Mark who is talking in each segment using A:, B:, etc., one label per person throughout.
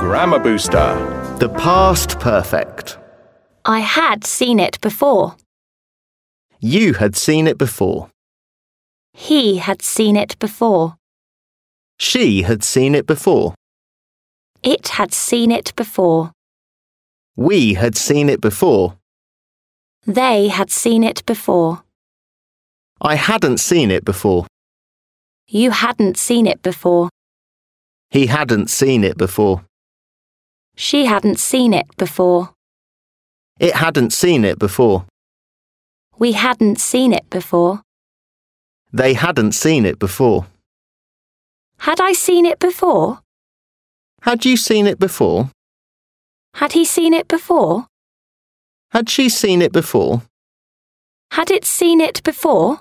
A: Grammar Booster.
B: The past perfect.
C: I had seen it before.
B: You had seen it before.
C: He had seen it before.
B: She had seen it before.
C: It had seen it before.
B: We had seen it before.
C: They had seen it before.
B: I hadn't seen it before.
C: You hadn't seen it before.
B: He hadn't seen it before.
C: She hadn't seen it before.
B: It hadn't seen it before.
C: We hadn't seen it before.
B: They hadn't seen it before.
C: Had I seen it before?
B: Had you seen it before?
C: Had he seen it before?
B: Had she seen it before?
C: Had it seen it before?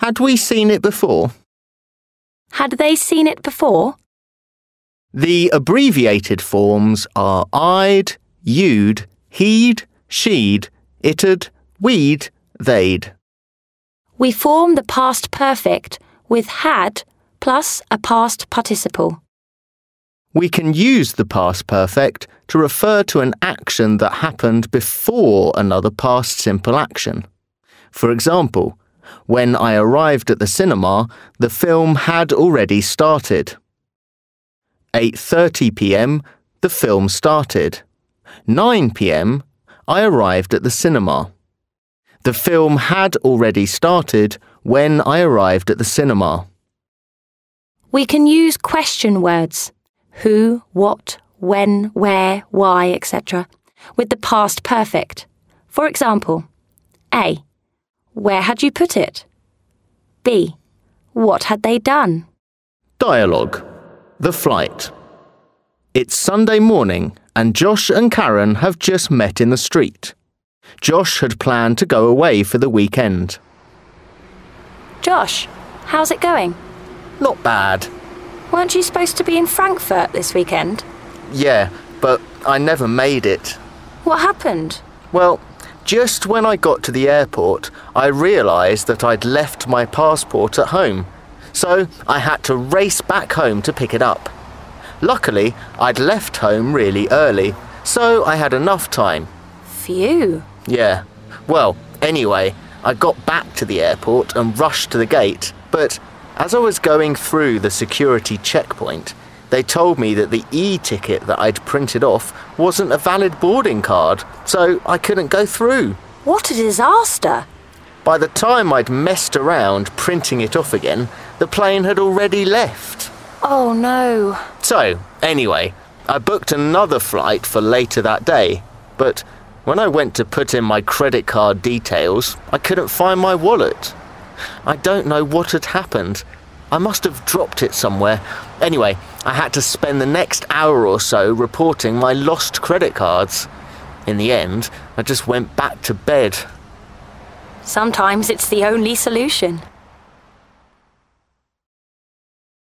B: Had we seen it before?
C: Had they seen it before?
B: The abbreviated forms are I'd, you'd, he'd, she'd, it'd, we'd, they'd.
C: We form the past perfect with had plus a past participle.
B: We can use the past perfect to refer to an action that happened before another past simple action. For example, when I arrived at the cinema, the film had already started. 8:30 p.m. the film started. 9 p.m. I arrived at the cinema. The film had already started when I arrived at the cinema.
C: We can use question words who, what, when, where, why, etc. with the past perfect. For example, A. Where had you put it? B. What had they done?
B: Dialogue. The flight. It's Sunday morning, and Josh and Karen have just met in the street. Josh had planned to go away for the weekend.
C: Josh, how's it going?
B: Not bad.
C: Weren't you supposed to be in Frankfurt this weekend?
B: Yeah, but I never made it.
C: What happened?
B: Well, just when I got to the airport, I realised that I'd left my passport at home. So I had to race back home to pick it up. Luckily, I'd left home really early, so I had enough time.
C: Phew.
B: Yeah. Well, anyway, I got back to the airport and rushed to the gate, but as I was going through the security checkpoint, they told me that the e ticket that I'd printed off wasn't a valid boarding card, so I couldn't go through.
C: What a disaster.
B: By the time I'd messed around printing it off again, the plane had already left.
C: Oh no.
B: So, anyway, I booked another flight for later that day, but when I went to put in my credit card details, I couldn't find my wallet. I don't know what had happened. I must have dropped it somewhere. Anyway, I had to spend the next hour or so reporting my lost credit cards. In the end, I just went back to bed.
C: Sometimes it's the only solution.